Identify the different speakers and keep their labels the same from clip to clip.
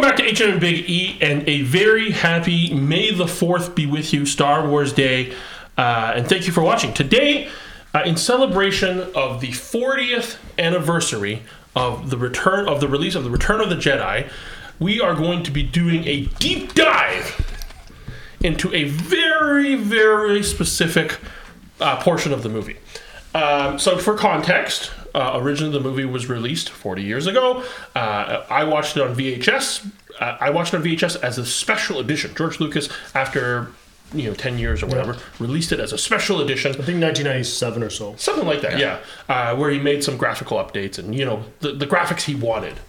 Speaker 1: back to HM and Big E, and a very happy May the 4th be with you, Star Wars Day. Uh, and thank you for watching. Today, uh, in celebration of the 40th anniversary of the return of the release of the Return of the Jedi, we are going to be doing a deep dive into a very, very specific uh, portion of the movie. Um, so, for context, uh, originally the movie was released 40 years ago. Uh, I watched it on VHS. Uh, I watched it on VHS as a special edition. George Lucas, after you know 10 years or whatever, released it as a special edition
Speaker 2: I think 1997 or so.
Speaker 1: something like that. Yeah, Uh, where he made some graphical updates and you know the, the graphics he wanted,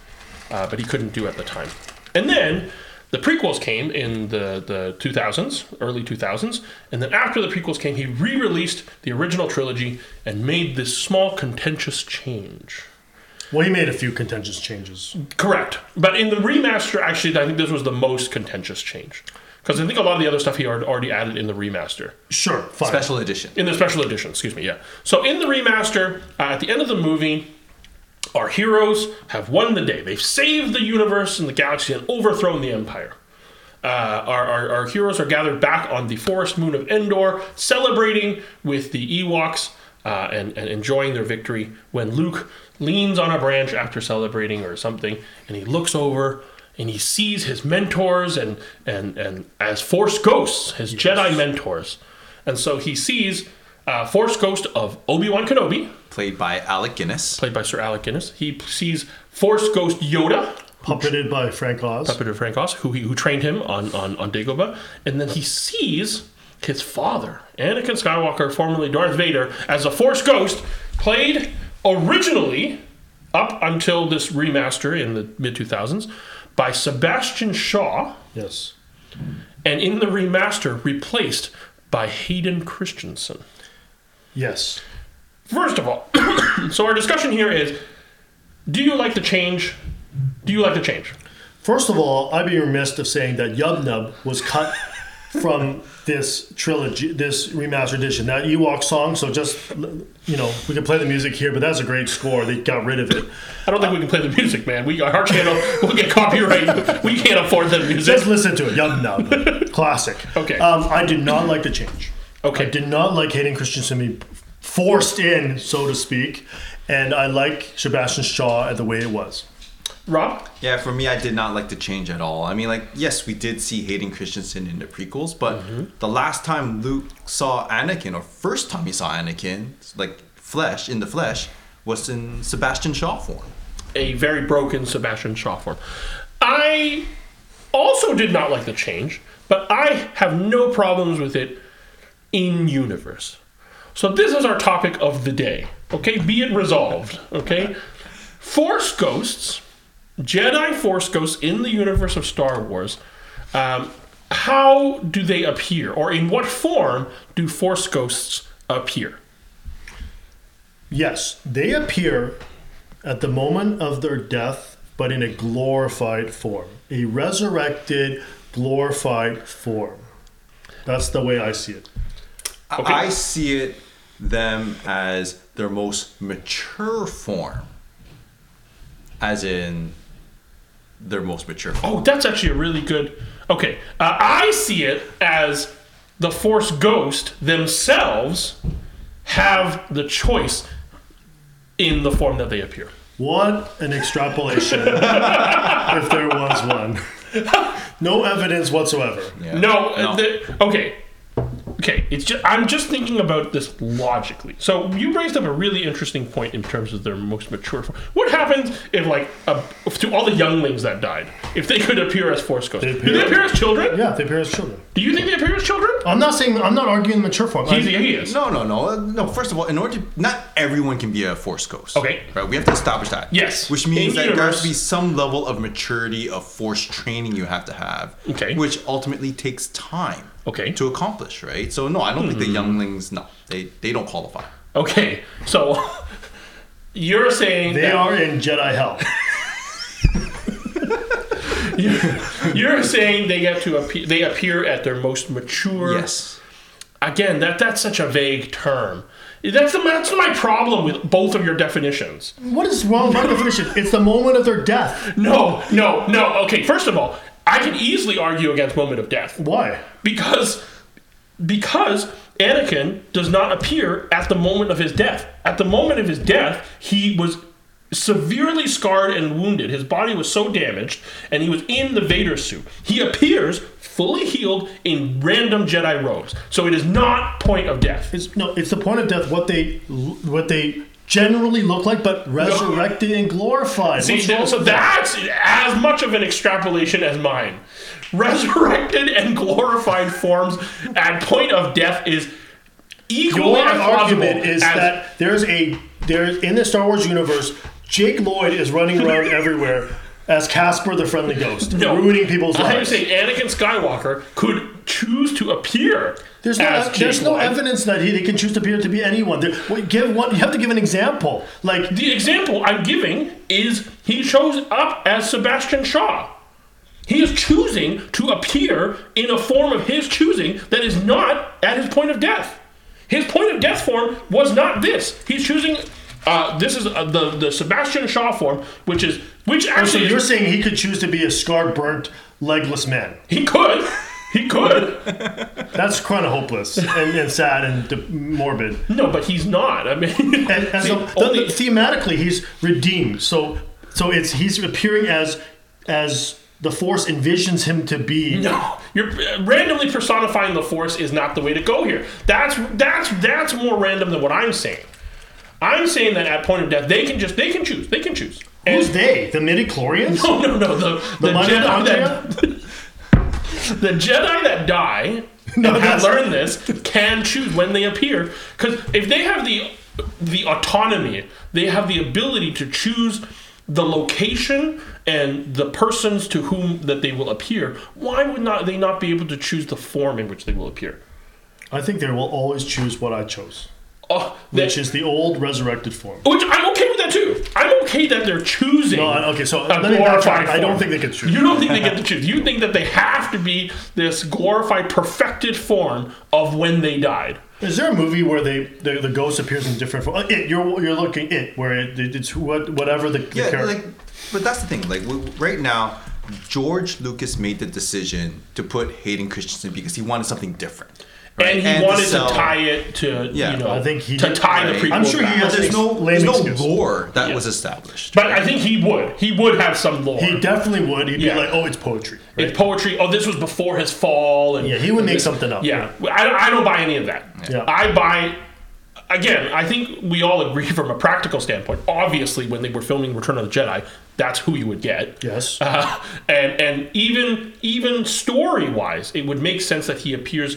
Speaker 1: uh, but he couldn't do at the time. And then the prequels came in the the 2000s, early 2000s, and then after the prequels came, he re-released the original trilogy and made this small contentious change.
Speaker 2: Well, he made a few contentious changes.
Speaker 1: Correct. But in the remaster, actually, I think this was the most contentious change. Because I think a lot of the other stuff he had already added in the remaster.
Speaker 2: Sure, fine.
Speaker 3: Special edition.
Speaker 1: In the special edition, excuse me, yeah. So in the remaster, uh, at the end of the movie, our heroes have won the day. They've saved the universe and the galaxy and overthrown the Empire. Uh, our, our, our heroes are gathered back on the forest moon of Endor, celebrating with the Ewoks uh, and, and enjoying their victory when Luke leans on a branch after celebrating or something, and he looks over and he sees his mentors and, and, and as Force Ghosts, his Jedi mentors. And so he sees uh, Force Ghost of Obi Wan Kenobi,
Speaker 3: Played by Alec Guinness.
Speaker 1: played by Sir Alec Guinness. He sees Force Ghost Yoda,
Speaker 2: Puppeted by Frank Oz.
Speaker 1: Peter Frankos, who he, who trained him on on on Dagobah, and then he sees his father, Anakin Skywalker, formerly Darth Vader, as a Force Ghost, played originally up until this remaster in the mid 2000s by Sebastian Shaw,
Speaker 2: Yes.
Speaker 1: and in the remaster replaced by Hayden Christensen.
Speaker 2: Yes.
Speaker 1: First of all, so our discussion here is do you like the change? Do you like the change?
Speaker 2: First of all, I'd be remiss of saying that Yub Nub was cut from this trilogy, this remastered edition. That Ewok song, so just, you know, we can play the music here, but that's a great score. They got rid of it.
Speaker 1: I don't think we can play the music, man. We our channel will get copyright. we can't afford the music.
Speaker 2: Just listen to it. Yub Nub. Classic.
Speaker 1: Okay.
Speaker 2: Um, I did not like the change. I
Speaker 1: Okay.
Speaker 2: did not like Hayden Christensen being forced in, so to speak, and I like Sebastian Shaw at the way it was.
Speaker 1: Rob?
Speaker 3: Yeah, for me, I did not like the change at all. I mean, like, yes, we did see Hayden Christensen in the prequels, but
Speaker 1: Mm-hmm.
Speaker 3: the last time Luke saw Anakin, or first time he saw Anakin, like flesh in the flesh, was in Sebastian Shaw form.
Speaker 1: A very broken Sebastian Shaw form. I also did not like the change, but I have no problems with it in universe. So this is our topic of the day. Okay, be it resolved. Okay, Force ghosts, Jedi Force ghosts in the universe of Star Wars. Um, how do they appear, or in what form do Force ghosts appear?
Speaker 2: Yes, they appear at the moment of their death, but in a glorified form, a resurrected, glorified form. That's the way I see it.
Speaker 3: I-
Speaker 1: Okay.
Speaker 3: I see it them as their most mature form, as in their most mature form.
Speaker 1: Oh, that's actually a really good. Okay, uh, I see it as the Force Ghost themselves have the choice in the form that they appear.
Speaker 2: What an extrapolation, if there was one. No evidence whatsoever.
Speaker 3: Yeah.
Speaker 1: No, uh
Speaker 3: No.
Speaker 1: The, okay, okay. It's just I'm just thinking about this logically. So you raised up a really interesting point in terms of their most mature form. What happens if like a, to all the younglings that died, if they could appear as Force Ghosts? Do they
Speaker 2: appear-
Speaker 1: appear as children?
Speaker 2: Yeah, Uh, they appear as children.
Speaker 1: Do you think they appear as children?
Speaker 2: I'm not saying I'm not arguing the mature form. I-
Speaker 1: He's, he is.
Speaker 3: No, no, no, no. First of all, in order to not everyone can be a force ghost.
Speaker 1: Okay.
Speaker 3: right. We have to establish that.
Speaker 1: Yes.
Speaker 3: which means
Speaker 1: In
Speaker 3: that there has
Speaker 1: universe-
Speaker 3: to be some level of maturity of force training you have to have.
Speaker 1: Okay.
Speaker 3: which ultimately takes time.
Speaker 1: Okay. Hmm.
Speaker 3: to accomplish, right? So no, I don't think the younglings. No, they they don't qualify.
Speaker 1: Okay, so you're saying
Speaker 2: they
Speaker 1: that-
Speaker 2: are in Jedi hell.
Speaker 1: you're saying they get to appear, they appear at their most mature.
Speaker 3: Yes.
Speaker 1: Again, that that's such a vague term, That's, the, that's my problem with both of your definitions.
Speaker 2: What is wrong with my definition? It's the moment of their death.
Speaker 1: No, no, no. Okay, first of all, I can easily argue against moment of death
Speaker 2: Why?
Speaker 1: because because Anakin does not appear at the moment of his death. At the moment of his death, he was severely scarred and wounded. His body was so damaged, and he was in the Vader suit. He appears fully healed in random Jedi robes. So it is not point of death.
Speaker 2: It's, no, it's the point of death. What they what they generally look like, but resurrected and glorified.
Speaker 1: See,
Speaker 2: What's wrong
Speaker 1: so
Speaker 2: with that?
Speaker 1: that's as much of an extrapolation as mine. Resurrected and glorified forms at point of death is equally
Speaker 2: Your
Speaker 1: as plausible
Speaker 2: argument is
Speaker 1: as-
Speaker 2: that there's a there's in the Star Wars universe, Jake Lloyd is running around everywhere as Casper the Friendly Ghost,
Speaker 1: No.
Speaker 2: ruining people's
Speaker 1: I'm
Speaker 2: lives.
Speaker 1: saying Anakin Skywalker could choose to appear.
Speaker 2: There's no,
Speaker 1: as
Speaker 2: ev- there's
Speaker 1: Jake
Speaker 2: no
Speaker 1: Lloyd.
Speaker 2: evidence that he, they can choose to appear to be anyone. There, well, give one. You have to give an example. Like
Speaker 1: The example I'm giving is he shows up as Sebastian Shaw. He is choosing to appear in a form of his choosing that is not at his point of death. His point of death form was not this. He's choosing. Uh, this is uh, the the Sebastian Shaw form, which is which
Speaker 2: Oh, so,
Speaker 1: actually
Speaker 2: you're
Speaker 1: is,
Speaker 2: saying he could choose to be a scarred, burnt, legless man.
Speaker 1: he could, he could.
Speaker 2: That's kind of hopeless and, and sad and de- morbid.
Speaker 1: No, but he's not. I mean,
Speaker 2: And, and
Speaker 1: see,
Speaker 2: so the-
Speaker 1: only-
Speaker 2: the- thematically, he's redeemed. So so it's he's appearing as as the Force envisions him to be.
Speaker 1: No, you're uh, randomly personifying the force is not the way to go here. That's that's that's more random than what I'm saying. I'm saying that at point of death, they can just they can choose. They can choose. And-
Speaker 2: Who's they? The midi chlorians?
Speaker 1: No, no, no. The, the, Jedi that,
Speaker 2: mitochondria?
Speaker 1: the Jedi that die
Speaker 2: No,
Speaker 1: and have
Speaker 2: that's-
Speaker 1: learned this can choose when they appear. Because if they have the the autonomy, they have the ability to choose the location and the persons to whom that they will appear. Why would not they not be able to choose the form in which they will appear?
Speaker 2: I think they will always choose what I chose,
Speaker 1: Oh, that,
Speaker 2: which
Speaker 1: which,
Speaker 2: is the old resurrected form.
Speaker 1: I'm okay with that too. I'm okay that they're choosing.
Speaker 2: No, I- okay, so
Speaker 1: a
Speaker 2: let me
Speaker 1: glorified
Speaker 2: backtrack. I
Speaker 1: form.
Speaker 2: don't think they could choose.
Speaker 1: You don't think they get to choose. You think that they have to be this glorified, perfected form of when they died.
Speaker 2: Is there a movie where they the, the ghost appears in different form? Uh, It you're you're looking it where it, it's what whatever the, the
Speaker 3: Yeah,
Speaker 2: character.
Speaker 3: like, but that's the thing. Like, we, right now, George Lucas made the decision to put Hayden Christensen because he wanted something different, right?
Speaker 1: And he wanted
Speaker 3: sell-
Speaker 1: to tie it to,
Speaker 3: Yeah,
Speaker 1: you know,
Speaker 2: I think he
Speaker 1: to
Speaker 2: did-
Speaker 1: tie the
Speaker 3: right.
Speaker 1: prequel.
Speaker 2: I'm sure he
Speaker 1: back.
Speaker 2: has-
Speaker 3: But there's no,
Speaker 2: Lame
Speaker 3: there's no
Speaker 2: excuse.
Speaker 3: lore that
Speaker 1: Yeah.
Speaker 3: was established.
Speaker 1: But I think he would. He would have some lore.
Speaker 2: he definitely would. He'd
Speaker 1: Yeah.
Speaker 2: be like, oh, it's poetry. right?
Speaker 1: It's poetry. Oh, this was before his fall. And
Speaker 2: Yeah, he would make something up.
Speaker 1: Yeah, I don't, I don't buy any of that.
Speaker 2: Yeah.
Speaker 1: I buy. Again, I think we all agree from a practical standpoint. Obviously, when they were filming Return of the Jedi, that's who you would get.
Speaker 2: Yes.
Speaker 1: Uh, and and even even story wise, it would make sense that he appears.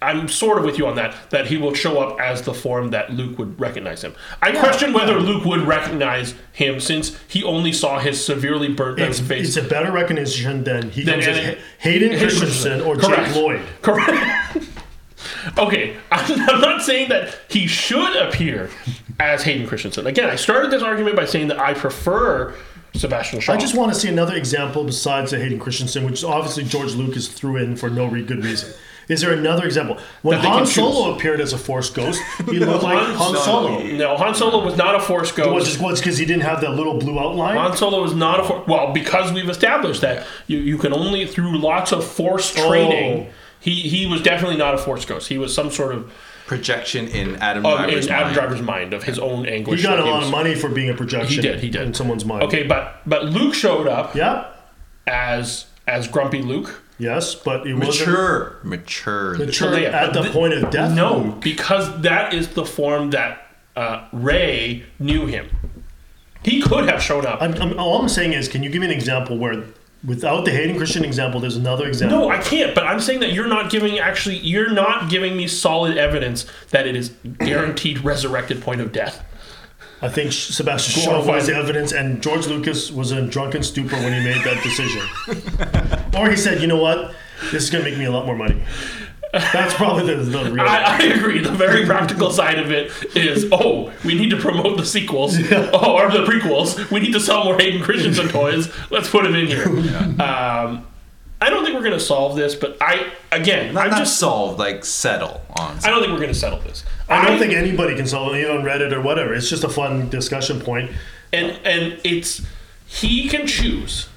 Speaker 1: I'm sort of with you on that. That he will show up as the form that Luke would recognize him. I question whether Luke would recognize him since he only saw his severely burnt out
Speaker 2: It's,
Speaker 1: face.
Speaker 2: it's a better recognition than he
Speaker 1: Than
Speaker 2: comes as
Speaker 1: any-
Speaker 2: Ha- Hayden Christensen or Jake
Speaker 1: Correct.
Speaker 2: Lloyd.
Speaker 1: Correct. okay, I'm I'm not saying that he should appear as Hayden Christensen. Again, I started this argument by saying that I prefer Sebastian Shaw.
Speaker 2: I just want to see another example besides the Hayden Christensen, which is obviously George Lucas threw in for no re- good reason. Is there another example? When
Speaker 1: That they can
Speaker 2: Han
Speaker 1: choose.
Speaker 2: Solo appeared as a Force ghost, he looked like
Speaker 1: Han
Speaker 2: Han Solo.
Speaker 1: no, Han Solo was not a Force
Speaker 2: Which
Speaker 1: ghost.
Speaker 2: is what's because he didn't have that little blue outline.
Speaker 1: Han Solo is not a Force. Well, because we've established that you, you can only through lots of Force training.
Speaker 2: Oh.
Speaker 1: He he was definitely not a Force ghost. He was some sort of
Speaker 3: Projection in Adam
Speaker 1: of
Speaker 3: Driver's
Speaker 1: Oh, in Adam
Speaker 3: mind.
Speaker 1: Driver's mind of his own anguish.
Speaker 2: he got a
Speaker 1: that
Speaker 2: lot
Speaker 1: was-
Speaker 2: of money for being a projection.
Speaker 1: He did. He did.
Speaker 2: In someone's mind.
Speaker 1: Okay, but but Luke showed up
Speaker 2: Yeah.
Speaker 1: as as Grumpy Luke.
Speaker 2: Yes, but it wasn't
Speaker 3: Mature, mature.
Speaker 2: mature
Speaker 1: Leia,
Speaker 2: at
Speaker 1: Oh, but
Speaker 2: the
Speaker 1: th-
Speaker 2: point of death.
Speaker 1: No, because that is the form that uh, Ray knew him. He could have shown up.
Speaker 2: I'm, I'm, all I'm saying is, can you give me an example where, without the Hayden Christian example, there's another example?
Speaker 1: no, I can't. But I'm saying that you're not giving actually you're not giving me solid evidence that it is guaranteed resurrected point of death.
Speaker 2: I think Sebastian Shaw
Speaker 1: Glorified.
Speaker 2: was the evidence, and George Lucas was in drunken stupor when he made that decision. or he said, you know what? This is going to make me a lot more money. That's probably the, the real.
Speaker 1: I, I agree. The very practical side of it is, oh, we need to promote the sequels oh, or the prequels. We need to sell more Hayden Christensen toys. Let's put him in here. Um, I don't think we're going to solve this, but I again,
Speaker 3: Not,
Speaker 1: I'm
Speaker 3: not
Speaker 1: just
Speaker 3: solved, like settle on.
Speaker 1: I don't think we're going to settle this.
Speaker 2: I don't
Speaker 1: I-
Speaker 2: think anybody can solve it, even on Reddit or whatever. It's just a fun discussion point.
Speaker 1: and and it's he can choose.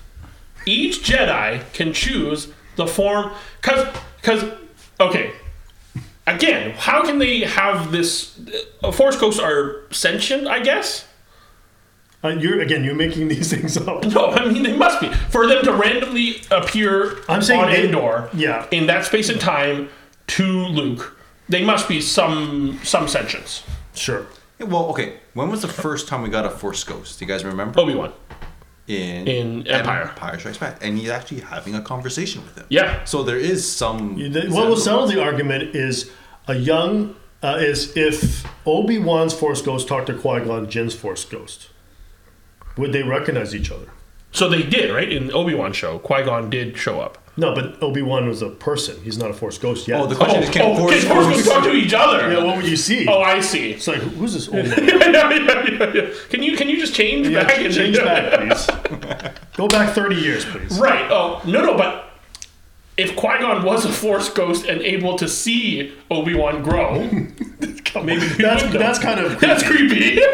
Speaker 1: Each Jedi can choose the form, cause cause okay. Again, how can they have this? Uh, Force ghosts are sentient, I guess.
Speaker 2: Uh, you're again, you're making these things up.
Speaker 1: No, I mean they must be for them to randomly appear
Speaker 2: I'm saying
Speaker 1: on
Speaker 2: they-
Speaker 1: Endor,
Speaker 2: yeah.
Speaker 1: in that space and time to Luke. They must be some some sentience.
Speaker 2: Sure.
Speaker 3: Yeah, Well, okay. When was the first time we got a Force Ghost? Do you guys remember?
Speaker 1: Obi Wan.
Speaker 3: In
Speaker 1: Oh, in Empire.
Speaker 3: Strikes Back, and he's actually having a conversation with him.
Speaker 1: Yeah.
Speaker 3: So there is some.
Speaker 2: The- What will settle the argument is a young uh, is if Obi Wan's Force Ghost talked to Qui Gon Jinn's Force Ghost, would they recognize each other?
Speaker 1: So they did right in Obi Wan show. Qui Gon did show up.
Speaker 2: No, but Obi Wan was a person. He's not a Force Ghost yet.
Speaker 3: Oh, the question is, can
Speaker 1: oh,
Speaker 3: Force
Speaker 1: can Force
Speaker 3: Ghosts?
Speaker 1: Ghosts talk to each other?
Speaker 2: yeah, what would you see?
Speaker 1: Oh, I see.
Speaker 2: it's like who's this old man?
Speaker 1: Yeah, yeah, yeah, yeah. Can you can you just change
Speaker 2: Yeah,
Speaker 1: back? and-
Speaker 2: change back, please. Go back 30 years, please.
Speaker 1: Right. Oh no no, but if Qui Gon was a Force ghost and able to see Obi Wan grow, maybe he
Speaker 2: That's
Speaker 1: would go.
Speaker 2: that's kind of.
Speaker 1: that's creepy.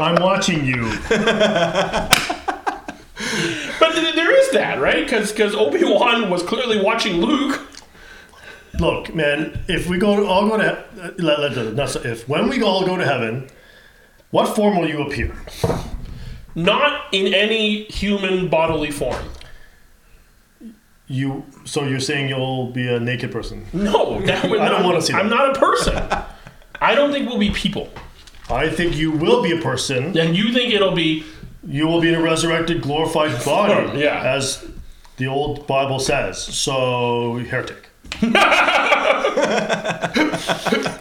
Speaker 2: I'm watching you.
Speaker 1: but th- there is that right because Obi Wan was clearly watching Luke.
Speaker 2: Look, man. If we go, all go to. uh, Let, let, let, not so- if when we all go to heaven, what form will you appear?
Speaker 1: Not in any human bodily form.
Speaker 2: You. So you're saying you'll be a naked person?
Speaker 1: No, that would
Speaker 2: I don't
Speaker 1: not-
Speaker 2: wanna see that.
Speaker 1: I'm not a person. I don't think we'll be people.
Speaker 2: I think you will be a person.
Speaker 1: And you think it'll be
Speaker 2: You will be in a resurrected, glorified body,
Speaker 1: Yeah.
Speaker 2: as the old Bible says. So heretic.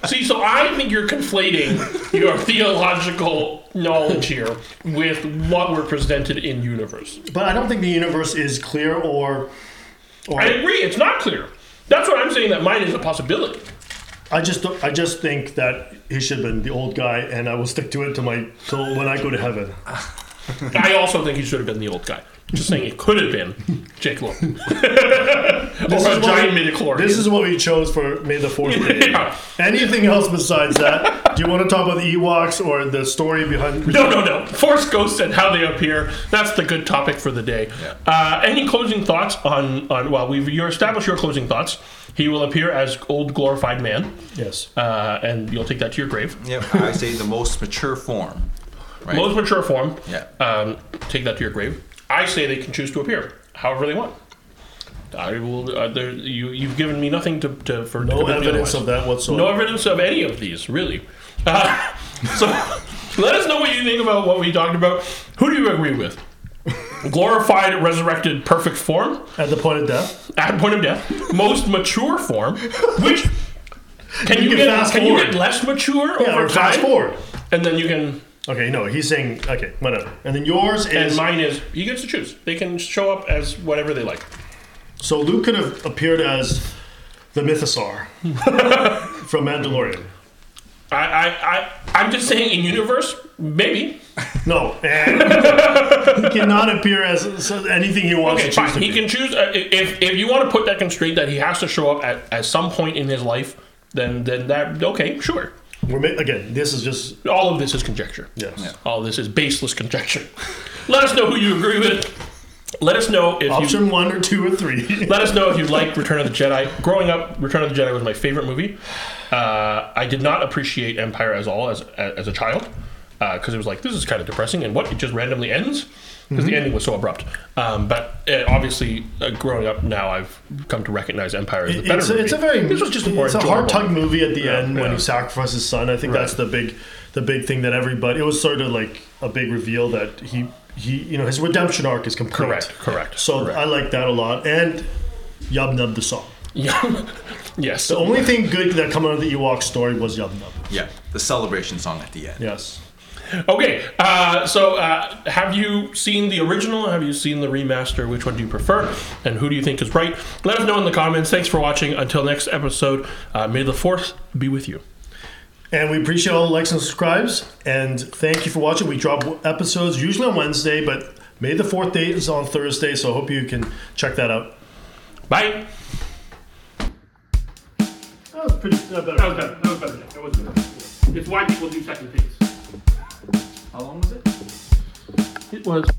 Speaker 1: See, so I think you're conflating your theological knowledge here with what we're presented in universe.
Speaker 2: But I don't think the universe is clear or. Or
Speaker 1: I agree, it's not clear. That's what I'm saying that mine is a possibility.
Speaker 2: I just don't- I just think that he should have been the old guy, and I will stick to it till my till when I go to heaven.
Speaker 1: I also think he should have been the old guy. Just saying it could have been Jake Lowe. or a
Speaker 2: is what-
Speaker 1: giant midichlorian.
Speaker 2: This is what we chose for May the Fourth. Day.
Speaker 1: Yeah.
Speaker 2: Anything else besides that? Do you want to talk about the Ewoks or the story behind?
Speaker 1: No, no, no. Force ghosts and how they appear. That's the good topic for the day. Uh, any closing thoughts on, on well, we've you established your closing thoughts. He will appear as old glorified man,
Speaker 2: Yes.
Speaker 1: uh, and you'll take that to your grave.
Speaker 3: Yep, I say the most mature form. Right?
Speaker 1: Most mature form.
Speaker 3: Yeah.
Speaker 1: Um, take that to your grave. I say they can choose to appear however they want. I will. Uh, there, you, you've given me nothing to, to for
Speaker 2: No evidence of that whatsoever.
Speaker 1: no evidence of any of these, really. Uh, so let us know what you think about what we talked about. Who do you agree with? Glorified, resurrected, perfect form
Speaker 2: At the point of death,
Speaker 1: at point of death, most mature form, which can you,
Speaker 2: can
Speaker 1: get
Speaker 2: fast
Speaker 1: can you get
Speaker 2: forward.
Speaker 1: less mature
Speaker 2: yeah,
Speaker 1: over
Speaker 2: or fast
Speaker 1: time?
Speaker 2: forward.
Speaker 1: And then you can
Speaker 2: Okay, no, he's saying okay, whatever. And then yours
Speaker 1: And
Speaker 2: is
Speaker 1: mine is he gets to choose. They can show up as whatever they like.
Speaker 2: so Luke could have appeared as the Mythosaur from Mandalorian.
Speaker 1: I, I, I I'm just saying in universe, maybe.
Speaker 2: No, eh. he cannot appear as so- anything he wants
Speaker 1: Okay,
Speaker 2: to choose
Speaker 1: fine.
Speaker 2: to
Speaker 1: He
Speaker 2: be.
Speaker 1: can choose uh, if if you want to put that constraint that he has to show up at, at some point in his life. Then then that okay, sure.
Speaker 2: We're ma- again, this is just
Speaker 1: All of this is conjecture.
Speaker 2: yes.
Speaker 1: All of this is baseless conjecture. Let us know who you agree with. Let us know if you
Speaker 2: Option one or two or three.
Speaker 1: Let us know if you liked Return of the Jedi. Growing up, Return of the Jedi was my favorite movie. Uh, I did not appreciate Empire as all as as a child because it was like this is kind of depressing and what it just randomly ends because
Speaker 2: Mm-hmm.
Speaker 1: the ending was so abrupt. Um, but uh obviously, uh, growing up now, I've come to recognize Empire as the better
Speaker 2: It's a,
Speaker 1: movie.
Speaker 2: it's a very
Speaker 1: this was just a more
Speaker 2: it's a hard
Speaker 1: enjoyable-
Speaker 2: tug movie at the end when
Speaker 1: yeah.
Speaker 2: he sacrifices his son. I think that's the big the big thing that everybody. It was sort of like a big reveal that he he you know his redemption arc is complete.
Speaker 1: Correct, correct.
Speaker 2: So
Speaker 1: correct.
Speaker 2: I like that a lot. And Yub Nub the song.
Speaker 1: Yeah. yes.
Speaker 2: The only thing good that come out of the Ewok story was Yub Nub.
Speaker 3: Yeah, the celebration song at the end.
Speaker 2: Yes.
Speaker 1: Okay, uh, so uh, have you seen the original? Have you seen the remaster? Which one do you prefer? And who do you think is right? Let us know in the comments. Thanks for watching. Until next episode, uh, may the force be with you.
Speaker 2: And we appreciate all the likes and subscribes. And thank you for watching. We drop episodes usually on Wednesday, but May the 4th date is on Thursday. So I hope you can check that out.
Speaker 1: Bye.
Speaker 2: That was pretty.
Speaker 1: That was better. That was better. That was better. It's why people do second things.
Speaker 4: How long was it?
Speaker 5: It was